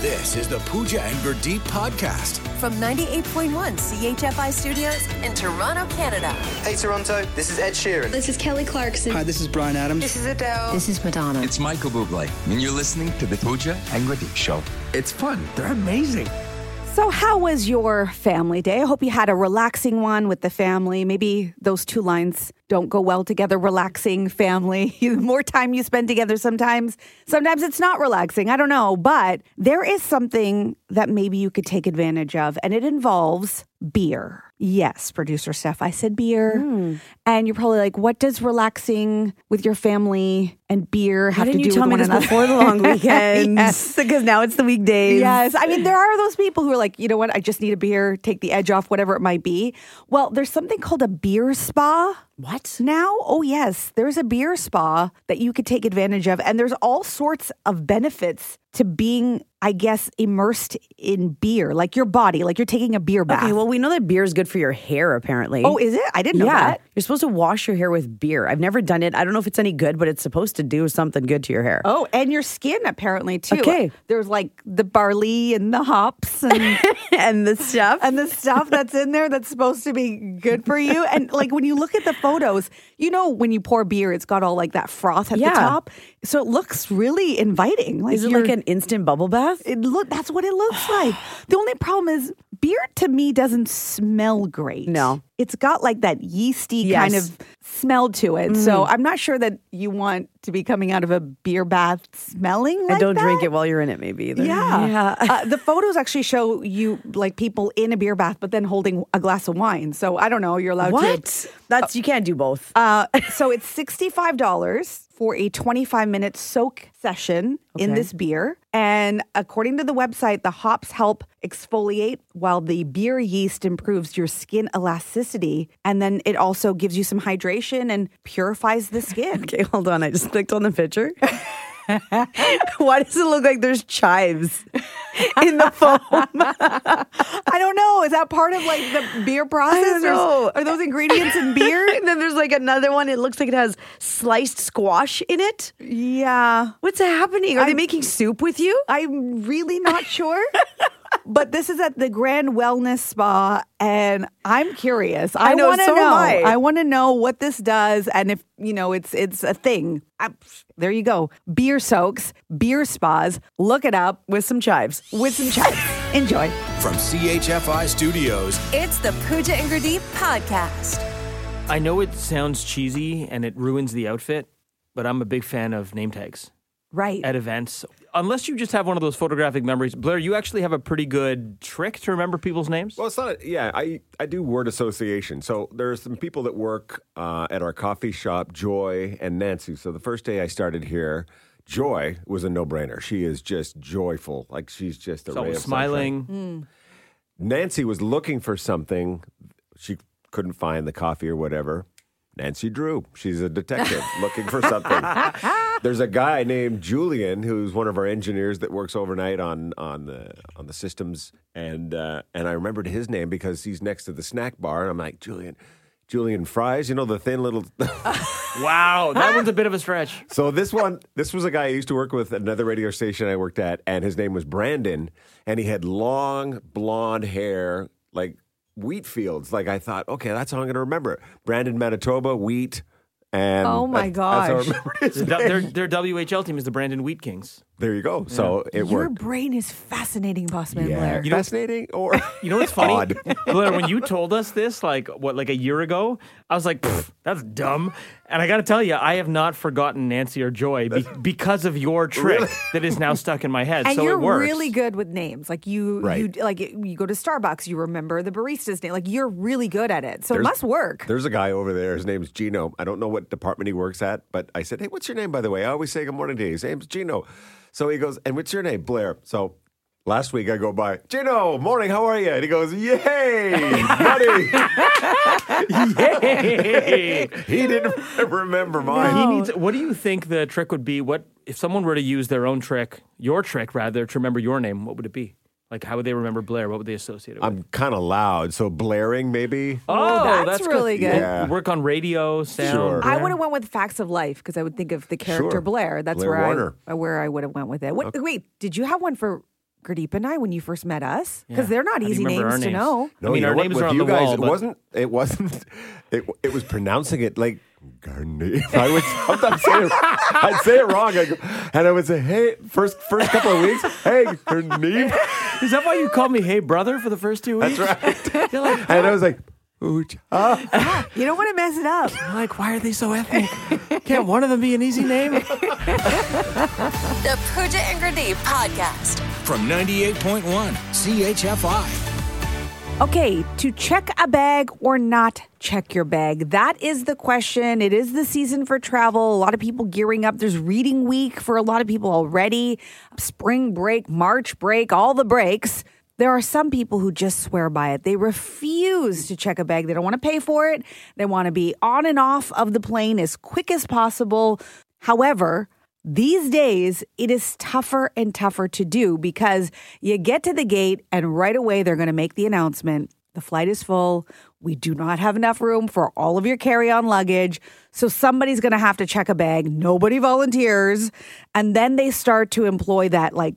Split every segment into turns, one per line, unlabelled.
This is the Pooja and Verdeep podcast.
from 98.1 CHFI Studios in Toronto, Canada.
Hey Toronto, this is Ed Sheeran.
This is Kelly Clarkson.
Hi, this is Brian Adams.
This is Adele. This is Madonna.
It's Michael Bublé, and you're listening to the Pooja and Radeep Show. It's fun. They're amazing.
So, how was your family day? I hope you had a relaxing one with the family. Maybe those two lines don't go well together relaxing, family. The more time you spend together sometimes, sometimes it's not relaxing. I don't know. But there is something that maybe you could take advantage of, and it involves beer. Yes, producer Steph, I said beer.
Hmm.
And you're probably like, what does relaxing with your family and beer have to do with one another? yes.
Because now it's the weekdays.
Yes. I mean, there are those people who are like, you know what? I just need a beer, take the edge off, whatever it might be. Well, there's something called a beer spa. What? Now? Oh, yes. There's a beer spa that you could take advantage of. And there's all sorts of benefits to being, I guess, immersed in beer, like your body, like you're taking a beer bath.
Okay, well, we know that beer is good for your hair, apparently.
oh, is it? I didn't know
yeah.
that.
You're supposed to wash your hair with beer. I've never done it. I don't know if it's any good, but it's supposed to do something good to your hair.
Oh, and your skin apparently too.
Okay.
There's like the barley and the hops and
and the stuff.
and the stuff that's in there that's supposed to be good for you. And like when you look at the photos, you know when you pour beer, it's got all like that froth at
Yeah.
the top, so it looks really inviting. Like
is it
you're-
like an instant bubble bath?
It look that's what it looks like. The only problem is beer to me doesn't smell great.
No.
It's got like that yeasty kind
Yes. Mm.
of smell to it. So I'm not sure that you want to be coming out of a beer bath smelling like
and don't drink
that.
it while you're in it, maybe either.
Yeah. Uh, the photos actually show you like people in a beer bath, but then holding a glass of wine. So I don't know. You're allowed
What?
to.
That's you can't do both.
Oh. Uh, so it's $65 for a 25 minute soak session in
Okay.
this beer. And according to the website, the hops help exfoliate while the beer yeast improves your skin elasticity. And then it also gives you some hydration and purifies the skin.
okay, hold on. I just clicked on the picture. Why does it look like there's chives in the foam?
I don't know. Is that part of like the beer process? Or is-
know.
Are those ingredients in beer?
and then there's like another one. It looks like it has sliced squash in it.
Yeah.
What's happening? Are they
I'm-
making soup with you?
I'm really not sure. but this is at the Grand Wellness Spa, and I'm curious. I,
know,
want to
so am
know.
I.
want to know what this does, and if you know, it's it's a thing. I- there you go. Beer soaks, beer spas. Look it up
With some chives.
with some chives. Enjoy.
From CHFI Studios,
It's the Pooja and Gurdeep podcast.
I know it sounds cheesy and it ruins the outfit, but I'm a big fan of name tags
Right.
at events. Unless you just have one of those photographic memories, Blair, you actually have a pretty good trick to remember people's names.
Well, it's not. A, yeah, I I do word association. So there are some people that work uh, at our coffee shop, Joy and Nancy. So the first day I started here, Joy was a no brainer. She is just joyful, like she's just a
It's
ray
always
of sunshine.
smiling.
Nancy was looking for something. She couldn't find the coffee or whatever. Nancy Drew. She's a detective looking for something. There's a guy named Julian who's one of our engineers that works overnight on on the on the systems, and uh, and I remembered his name because he's next to the snack bar, and I'm like Julian, Julian fries. You know the thin little.
Mm.
Wow, that one's a bit of a stretch.
So this one, this was a guy I used to work with at another radio station I worked at, and his name was Brandon, and he had long blonde hair, like wheat fields. Like I thought, okay, that's how I'm going to remember it. Brandon, Manitoba, wheat, and
Oh my
that- that's how I
gosh.
remember his
The-
name.
their, their WHL team is the Brandon Wheat Kings.
There you go. So
Your
it worked.
brain is fascinating, Bossman
yeah,
Blair.
fascinating. Or
You know what's funny,
Odd.
Blair? When you told us this, like what, like a year ago, I was like, "Pfft, "That's dumb," and I got to tell you, I have not forgotten Nancy or Joy be- because of your trick that is now stuck in my head.
And
so
you're
it works.
really good with names. Like you,
Right.
you like you go to Starbucks, you remember the barista's name. Like you're really good at it, so it
There's-
must work.
There's a guy over there. His name's Gino. I don't know what department he works at, but I said, "Hey, what's your name, by the way?" I always say good morning to you. His name's Gino. So he goes, "And what's your name, Blair?" So last week I go by Gino. Morning, how are you? And he goes, "Yay, buddy!"
Hey.
he didn't remember mine.
He needs. What do you think the trick would be? What if someone were to use their own trick, your trick rather, to remember your name? What would it be? Like, how would they remember Blair? What would they associate it with?
I'm kind of loud, so blaring maybe.
Oh, that's really good.
Yeah.
Work on radio, sound.
Sure.
I
Blair.
would have went with Facts of Life because I would think of the character
Sure.
Blair. That's
Blair
where
Warner.
I where I would have went with it. What, Wait, did you have one for Gurdeep and I when you first met us because
Yeah.
they're not
How do you
easy
remember our
names to
names?
know.
I mean,
you know
our
what?
names
With
are on the
you guys,
wall,
It
but-
wasn't. It wasn't. It, it was pronouncing it like Garnier. I would sometimes say it, I'd say it wrong, I'd go- and I would say, "Hey, first first couple of weeks, hey Garnier,"
Is that why you called me "Hey brother" for the first two weeks? That's right. You're like,
and I was like, "Ooch, ah."
You don't want to mess it up.
I'm like, why are they so ethnic? Can't one of them be an easy name?
The Pooja and Gurdeep podcast.
From 98.1 CHFI.
Okay, to check a bag or not check your bag. That is the question. It is the season for travel. A lot of people gearing up. There's reading week for a lot of people already. Spring break, March break, all the breaks. There are some people who just swear by it. They refuse to check a bag. They don't want to pay for it. They want to be on and off of the plane as quick as possible. However, these days, it is tougher and tougher to do because you get to the gate and right away they're going to make the announcement the flight is full. We do not have enough room for all of your carry on luggage. So somebody's going to have to check a bag. Nobody volunteers. And then they start to employ that like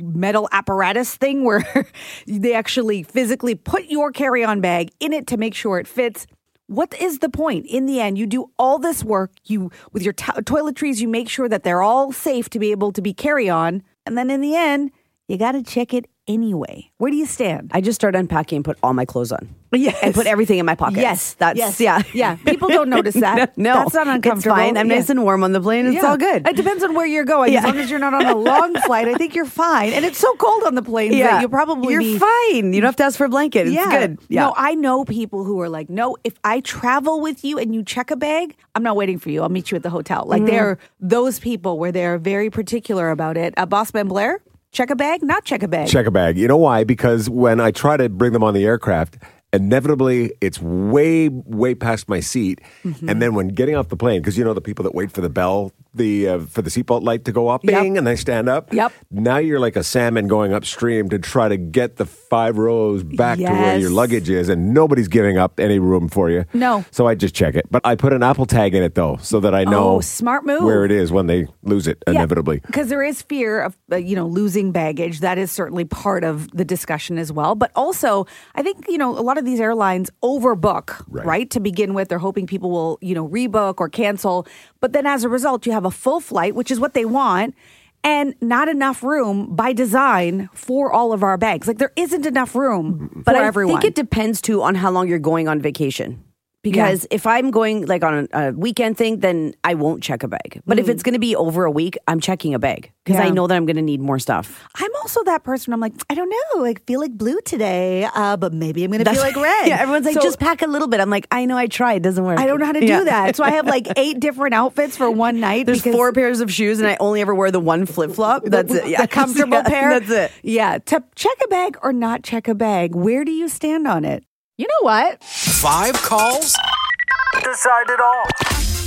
metal apparatus thing where they actually physically put your carry on bag in it to make sure it fits. What is the point? In the end, you do all this work, you with your to- toiletries, you make sure that they're all safe to be able to be carry on, and then in the end, you got to check it anyway. Where do you stand?
I just started unpacking and put all my clothes on.
Yes.
And put everything in my pocket.
Yes,
That's
yes,
yeah.
yeah. People don't notice that.
no.
That's not uncomfortable.
It's fine. I'm
Yeah.
nice and warm on the plane. It's
Yeah.
all good.
It depends on where you're going. As
Yeah.
long as you're not on a long flight, I think you're fine. And it's so cold on the plane that you'll probably
You're
be
fine. You don't have to ask for a blanket. It's good. Yeah.
No, I know people who are like, no, if I travel with you and you check a bag, I'm not waiting for you. I'll meet you at the hotel. Like
Mm-hmm.
they're those people where they're very particular about it. Uh, Bossman Blair, check a bag, not check a bag.
Check a bag. You know why? Because when I try to bring them on the aircraft, inevitably it's way, way past my seat.
Mm-hmm.
And then when getting off the plane, because you know the people that wait for the bell, the uh, for the seatbelt light to go up,
Yep.
bing, and they stand up.
Yep.
Now you're like a salmon going upstream to try to get the five rows back to where your
Yes.
luggage is, and nobody's giving up any room for you.
No.
So I just check it, but I put an Apple tag in it though, so that I know
Oh, smart move.
where it is when they lose it inevitably.
because there is fear of uh, you know losing baggage that is certainly part of the discussion as well but also i think you know a lot of these airlines overbook right,
Right.
to begin with they're hoping people will you know rebook or cancel but then as a result you have a full flight which is what they want and not enough room by design for all of our bags like there isn't enough room
but
for
I
everyone
think it depends too on how long you're going on vacation. Because if I'm going like on a, a weekend thing, then I won't check a bag. But if it's going to be over a week, I'm checking a bag because I
Yeah.
know that I'm going to need more stuff.
i'm also that person i'm like i don't know like feel like blue today uh, but maybe i'm gonna feel like red
yeah, everyone's like,
So-
just pack a little bit. I'm like, I know, I tried, it doesn't work.
I don't know how to do
Yeah.
that. So I have like eight different outfits for one night.
There's
because
four pairs of shoes, and I only ever wear the one flip flop. That's it. Yeah.
The comfortable
Yeah,
pair.
That's it.
Yeah. To check a bag or not check a bag. Where do you stand on it? You know what?
Five calls,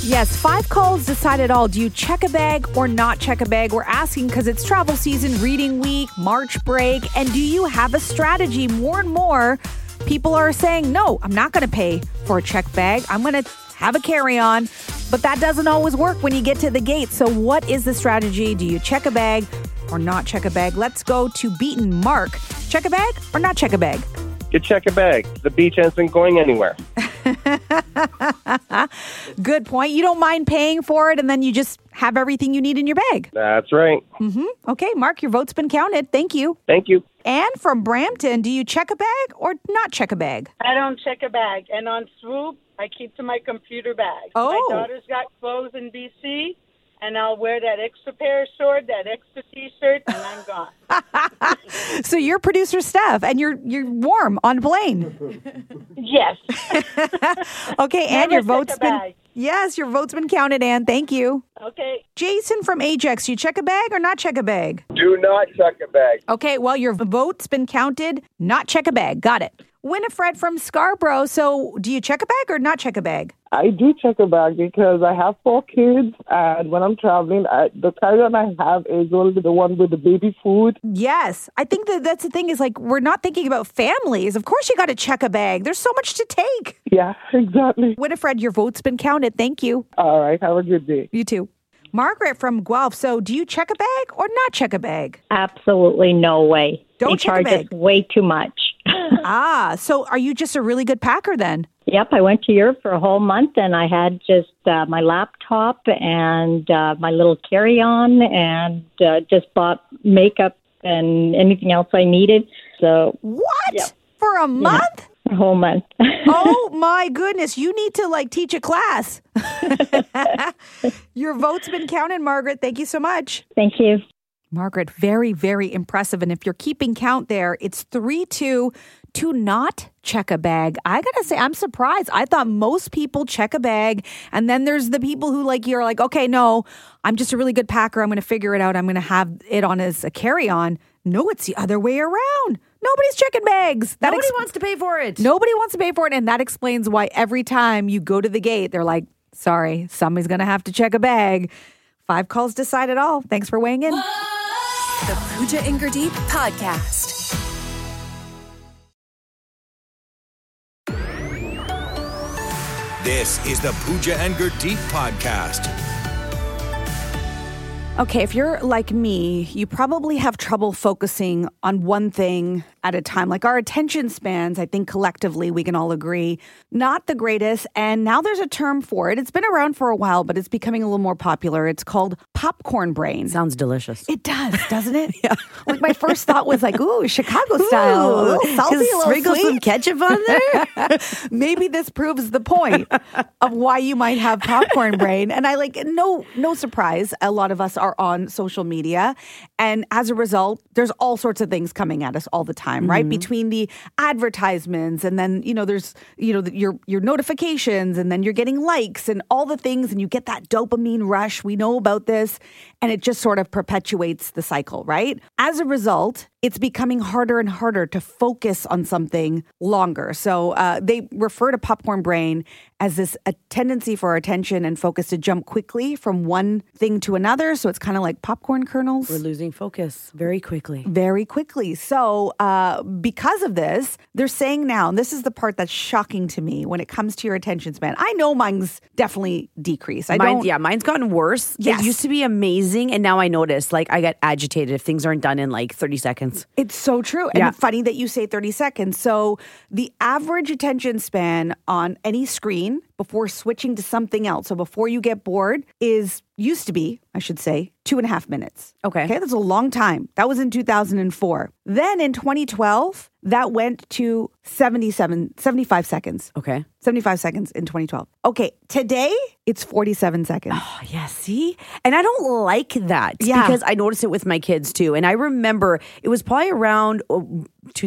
Yes, five calls decide it all. Do you check a bag or not check a bag? We're asking because it's travel season, reading week, March break. And do you have a strategy? More and more people are saying, no, I'm not going to pay for a check bag. I'm going to have a carry on. But that doesn't always work when you get to the gate. So, what is the strategy? Do you check a bag or not check a bag? Let's go to Beaten Mark. Check a bag or not check a bag?
You check a bag. The beach isn't going anywhere.
Good point. You don't mind paying for it and then you just have everything you need in your bag. Mm-hmm.
That's right.
Okay, Mark, your vote's been counted. Thank you.
Thank you.
And from Brampton, do you check a bag or not check a bag?
I don't check a bag. And on swoop, I keep to my computer bag.
Oh.
My daughter's got clothes in BC, and I'll wear that extra pair of shorts, that extra T-shirt, and I'm gone.
So you're producer Steph, and you're you're warm on plane.
yes.
Okay, and
Never
your
check
vote's
a
been
bag.
yes, your vote's been counted. Anne, thank you.
Okay.
Jason from Ajax, you check a bag or not check a bag?
Do not check a bag.
Okay, well your vote's been counted. Not check a bag. Got it. Winifred from Scarborough. So do you check a bag or not check a bag?
I do check a bag because I have four kids, and when I'm traveling, I, the carry-on I have is only the one with the baby food.
Yes, I think that that's the thing is like we're not thinking about families. Of course, you got to check a bag. There's so much to take.
Yeah, exactly.
Winifred, your vote's been counted. Thank you.
All right, have a good day.
You too. Margaret from Guelph. So, do you check a bag or not check a bag?
Absolutely no way.
Don't
they
check
charge
a bag.
us way too much.
ah, so are you just a really good packer then?
Yep, I went to Europe for a whole month and I had just uh, my laptop and uh, my little carry on and uh, just bought makeup and anything else I needed. So,
what? For a month?
A whole month.
oh my goodness, you need to like teach a class. Your vote's been counted, Margaret. Thank you so much.
Thank you.
Margaret, very, very impressive. And if you're keeping count there, it's 3 2 to not check a bag. I gotta say, I'm surprised. I thought most people check a bag. And then there's the people who like, you're like, okay, no, I'm just a really good packer. I'm gonna figure it out. I'm gonna have it on as a carry on. No, it's the other way around. Nobody's checking bags. That
Nobody wants to pay for it.
Nobody wants to pay for it. And that explains why every time you go to the gate, they're like, sorry, somebody's going to have to check a bag. Five calls decide it all. Thanks for weighing in.
The Pooja Ingerdeep Podcast.
This is the Pooja and Gurdeep podcast.
Okay, if you're like me, you probably have trouble focusing on one thing at a time. Like our attention spans, I think collectively we can all agree, not the greatest. And now there's a term for it. It's been around for a while, but it's becoming a little more popular. It's called popcorn brain.
Sounds delicious.
It does, doesn't it? yeah. Like my first thought was like, ooh, Chicago style, a little salty, a
Just
little
sprinkle
sweet.
some ketchup on
there. Maybe this proves the point of why you might have popcorn brain. And I like no no surprise, a lot of us are on social media, and as a result, there's all sorts of things coming at us all the time, right?
Mhm.
Between the advertisements, and then you know there's you know your your notifications, and then you're getting likes and all the things, and you get that dopamine rush. We know about this, and it just sort of perpetuates the cycle, right? As a result, it's becoming harder and harder to focus on something longer. So uh, they refer to popcorn brain as this a tendency for our attention and focus to jump quickly from one thing to another. So it's kind of like popcorn kernels.
We're losing focus very quickly.
Very quickly. So, uh, because of this, they're saying now, and this is the part that's shocking to me when it comes to your attention span. I know mine's definitely decreased. I
Mine-
don't.
yeah, mine's gotten worse.
Yes.
It used to be amazing, and now I notice like I get agitated if things aren't done in like thirty seconds.
It's so true. And
Yeah.
funny that you say 30 seconds. So the average attention span on any screen before switching to something else, so before you get bored, is used to be, I should say, two and a half minutes.
Okay.
Okay. That's a long time. That was in 2004. Then in 2012, that went to 77, 75 seconds.
Okay.
75 seconds in 2012. Okay. Today, it's 47 seconds.
Oh, yeah, see? And I don't like that
Yeah.
because I noticed it with my kids too. And I remember it was probably around uh,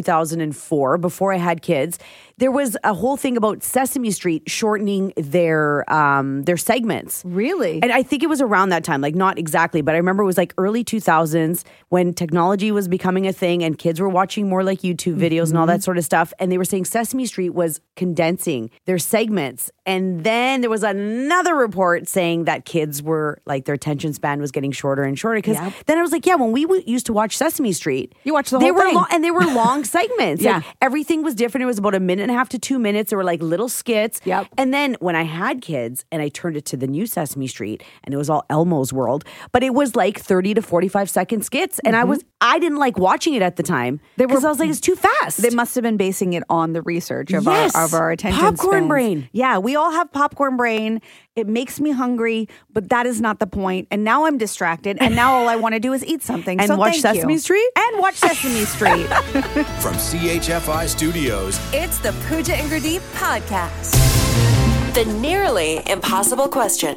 2004 before I had kids. There was a whole thing about Sesame Street shortening their um, their segments.
Really?
And I think it was around that time, like not exactly, but I remember it was like early 2000s when technology was becoming a thing and kids were watching more like YouTube videos and all
Mm-hmm.
that sort of stuff. And they were saying Sesame Street was condensing their segments. And then there was another report saying that kids were like their attention span was getting shorter and shorter. Because
Yep.
then I was like, yeah, when we w- used to watch Sesame Street,
You watched the
they
whole
were
thing.
Long, and they were long segments.
Yeah.
Like, everything was different. It was about a minute and a half to two minutes. There were like little skits.
Yep.
And then when I had kids and I turned it to the new Sesame Street and it was all Elmo's world, but it was like 30 to 45 second skits. And
Mm-hmm.
I was, I didn't like watching it at the time because I was like, it's too fast.
They must have been basing it on the research of
Yes.
our of our attention.
Popcorn
spans.
brain.
Yeah, we all have popcorn brain. It makes me hungry, but that is not the point. And now I'm distracted, and now all I want to do is eat something
And
So
watch
thank you.
Sesame Street?
And watch Sesame Street.
From CHFI Studios,
It's the Pooja Ingerdeep Podcast. The nearly impossible question.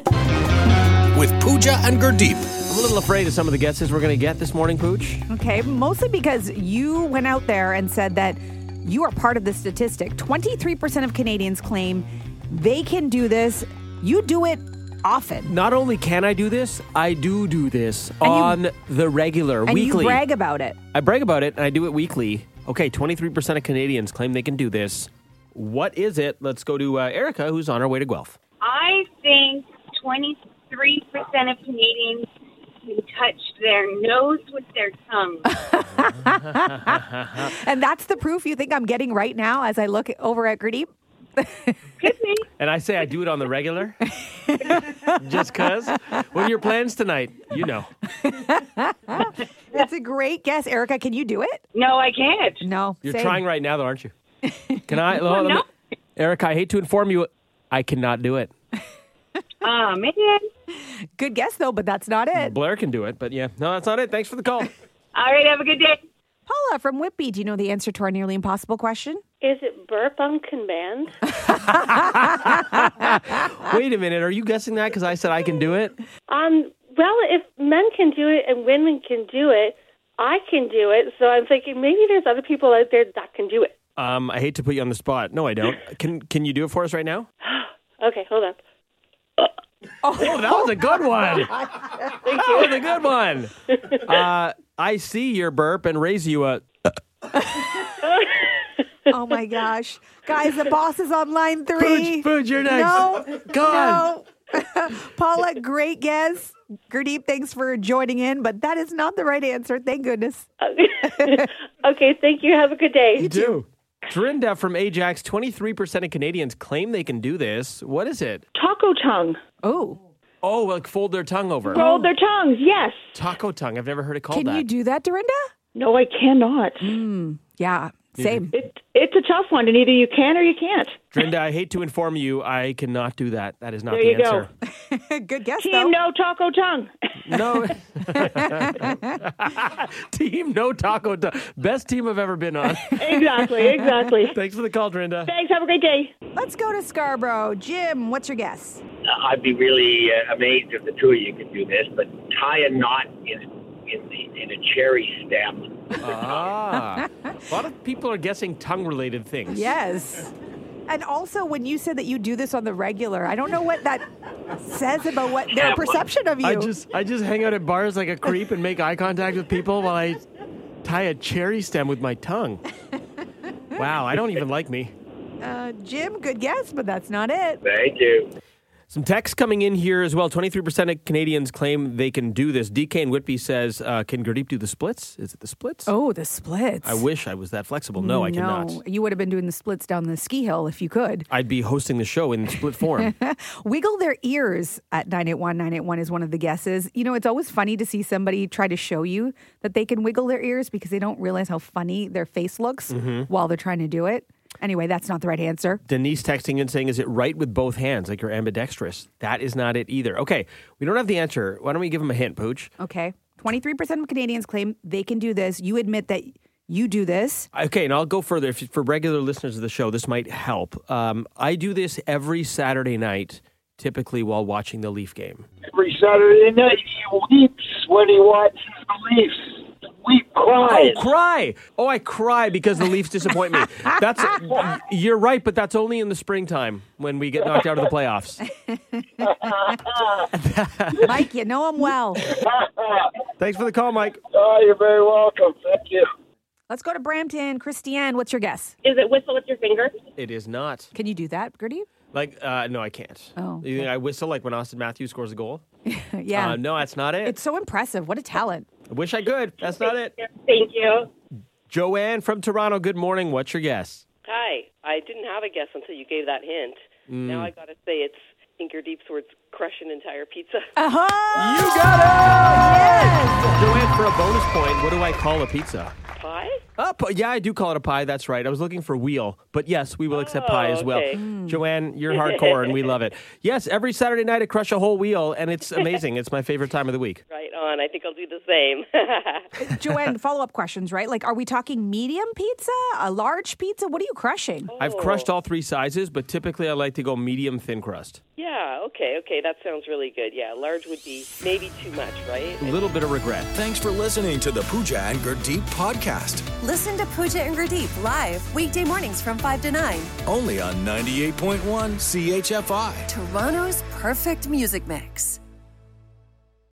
with Pooja and Gurdeep.
I'm a little afraid of some of the guesses we're going to get this morning, Pooch.
okay, mostly because you went out there and said that you are part of the statistic. Twenty three percent of Canadians claim they can do this. You do it often.
Not only can I do this, I do do this
you-
on the regular,
And
weekly.
you brag about it.
I brag about it and I do it weekly. Okay, 23% of Canadians claim they can do this. What is it? Let's go to uh, Erica, who's on her way to Guelph.
I think 23% of Canadians can touch their nose with their tongue.
And that's the proof you think I'm getting right now as I look over at Gurdeep.
And I say I do it on the regular, just cause. What are your plans tonight? You know.
It's a great guess, Erica. Can you do it?
No, I can't.
No,
You're
same.
trying right now, though, aren't you? Can I?
Well,
let me-
no.
Eric, I hate to inform you, I cannot do it.
Oh, man.
Good guess though, but that's not it.
Blair can do it, but yeah, no, that's not it. Thanks for the call.
All right, have a good day.
Hmm.
Paula from Whitby, do you know the answer to our nearly impossible question?
Is it burp on command?
Wait a minute, are you guessing that because I said I can do it?
Um, well, if men can do it and women can do it, I can do it. So I'm thinking maybe there's other people out there that can do it.
Um, I hate to put you on the spot. No, I don't. Can Can you do it for us right now?
Okay, hold on.
Oh, that was a good one.
Thank
That was a good one. Uh, I see your burp and raise you a.
oh my gosh. Guys, the boss is on line three.
Pooch, Pooch, you're next.
No.
Go on.
no. Paula, great guess. Gurdeep, thanks for joining in, but that is not the right answer. Thank goodness.
okay, thank you. Have a good day.
You do. Dorinda from Ajax. Twenty three percent of Canadians claim they can do this. What is it?
Taco tongue.
Oh.
Oh, like fold their tongue over.
Roll their tongues, yes.
Taco tongue. I've never heard it called
Can
that.
you
do that, Dorinda?
No, I cannot.
yeah,
same.
It, it's a tough one, and either you can or you can't.
Dorinda, I hate to inform you, I cannot do that. That is not
There
the
you go.
answer.
Good guess.
Team no taco tongue.
No. team no taco. Tongue. Best team I've ever been on.
Exactly, exactly.
Thanks for the call, Dorinda.
Thanks. Have a great day.
Let's go to Scarborough. Jim, what's your guess?
I'd be really uh, amazed if the two of you could do this, but tie a knot in in, the, in a cherry stem.
Ah. A lot of people are guessing tongue related things.
Yes. And also, when you said that you do this on the regular, I don't know what that says about what their perception of you.
I just I just hang out at bars like a creep and make eye contact with people while I tie a cherry stem with my tongue. Wow, I don't even like me.
uh, Jim, good guess, but that's not it.
Thank you.
Some text coming in here as well. 23% of Canadians claim they can do this. DK and Whitby says, uh, Can Gurdeep do the splits? Is it the splits?
Oh, the splits.
I wish I was that flexible. No, I cannot.
You would have been doing the splits down the ski hill if you could.
I'd be hosting the show in split form.
Wiggle their ears at 981 981 is one of the guesses. You know, it's always funny to see somebody try to show you that they can wiggle their ears because they don't realize how funny their face looks
Mhm.
while they're trying to do it. Anyway, that's not the right answer.
Denise texting and saying, Is it right with both hands? Like you're ambidextrous. That is not it either. Okay, we don't have the answer. Why don't we give him a hint, Pooch?
Okay. 23% of Canadians claim they can do this. You admit that you do this.
Okay, and I'll go further. If, for regular listeners of the show, this might help. Um, I do this every Saturday night, typically while watching the Leaf game.
Every Saturday night, he weeps when he watches the Leafs. Weep, cries.
Oh, cry! Oh, I cry because the Leafs disappoint me. That's you're right, but that's only in the springtime when we get knocked out of the playoffs.
Mike, you know him well.
Thanks for the call, Mike.
Oh, you're very welcome. Thank you.
Let's go to Brampton. Christiane, what's your guess?
Is it whistle with your finger?
It is not
Can you do that, Gertie?
like uh, no, I can't.
Oh,
You think I whistle like when Austin Matthews scores a goal.
yeah.
Uh, no, that's not it.
It's so impressive. What a talent.
I wish I could. That's not it.
Thank you.
Joanne from Toronto. Good morning. What's your guess?
Hi. I didn't have a guess until you gave that hint.
Mm.
Now I got to say it's Inker Deep's words crush an entire pizza.
Uh-huh.
You got it. Joanne, for a bonus point, what do I call a pizza?
Pie?
Up, yeah, I do call it a pie. That's right. I was looking for wheel, but yes, we will accept pie as well.
okay. Mm.
Joanne, you're hardcore, and we love it. Yes, every Saturday night I crush a whole wheel, and it's amazing. it's my favorite time of the week.
Right on. I think I'll do the same.
Joanne, follow up questions, right? Like, are we talking medium pizza, a large pizza? What are you crushing?
Oh.
I've
Oh.
crushed all three sizes, but typically I like to go medium thin crust.
yeah, okay, okay. That sounds really good. Yeah, large would be maybe too much, right?
A
little bit of regret.
Thanks for listening to the Pooja and Gurdeep podcast.
Listen to Pooja and Gurdeep live weekday mornings from 5 to 9.
Only on 98.1 CHFI.
Toronto's perfect music mix.